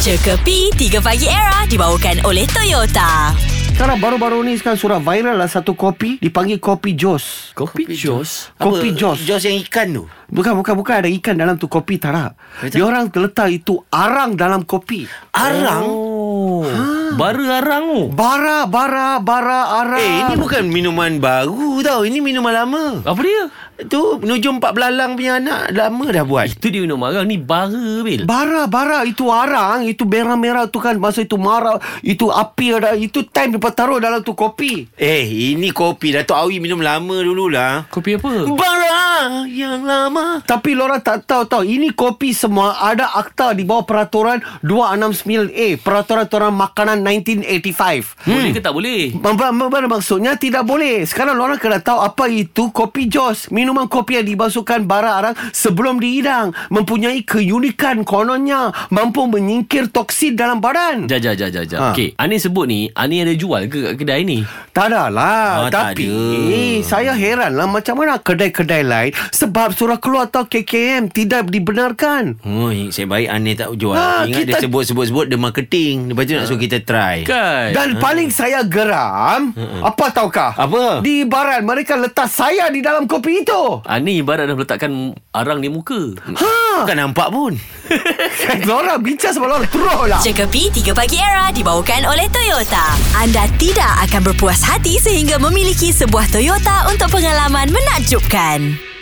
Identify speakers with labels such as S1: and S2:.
S1: Cekapi 3 Pagi Era dibawakan oleh Toyota.
S2: Sekarang baru-baru ni sekarang surah viral lah satu kopi dipanggil kopi jos.
S3: Kopi, Jos
S2: Kopi jos.
S4: Jos yang ikan tu
S2: Bukan bukan bukan ada ikan dalam tu kopi tarak.
S4: Betul.
S2: Dia orang letak itu arang dalam kopi.
S4: Arang oh.
S3: Oh Bara arang tu
S2: Bara bara bara arang.
S4: Eh ini bukan minuman baru tau Ini minuman lama
S3: Apa dia?
S4: Tu menuju empat belalang punya anak Lama dah buat
S3: Itu dia minum arang Ni bara Bil
S2: Bara bara itu arang itu merah merah tu kan masa itu marah itu api ada itu time dia taruh dalam tu kopi.
S4: Eh ini kopi Datuk Awi minum lama dululah
S3: Kopi apa?
S4: Barang yang lama
S2: Tapi lorang tak tahu tau Ini kopi semua Ada akta di bawah peraturan 269A Peraturan Tuan Makanan 1985
S3: Boleh ke tak boleh?
S2: Mem- mem- mem- Maksudnya tidak boleh Sekarang orang kena tahu Apa itu kopi jos Minuman kopi yang dimasukkan bara arang Sebelum dihidang Mempunyai keunikan kononnya Mampu menyingkir toksin dalam badan
S3: Jap, jap, jap, jap, jap.
S2: Ha.
S3: Okey, Ani sebut ni, Ani ada jual ke kat kedai ni?
S2: Tak ada lah
S4: Ah, tak
S2: Tapi
S4: ada.
S2: Saya heran lah Macam mana kedai-kedai lain Sebab surah keluar atau KKM Tidak dibenarkan
S4: Oi, saya baik aneh tak jual.
S2: Ah,
S4: Ha, Ingat kita... dia
S2: kita-
S4: sebut-sebut-sebut dia marketing. Lepas tu nak suruh kita try.
S3: Kan?
S4: Hmm.
S2: Dan paling saya geram Apa tahukah
S4: Apa?
S2: Di baran mereka letak saya di dalam kopi itu
S3: Ani ibarat dah meletakkan arang di muka.
S2: Ha
S4: Bukan kan nampak pun.
S2: Lora bincang sebab Lora teruk lah
S1: Cekapi 3 Pagi Era dibawakan oleh Toyota. Anda tidak akan berpuas hati sehingga memiliki sebuah Toyota untuk pengalaman menakjubkan.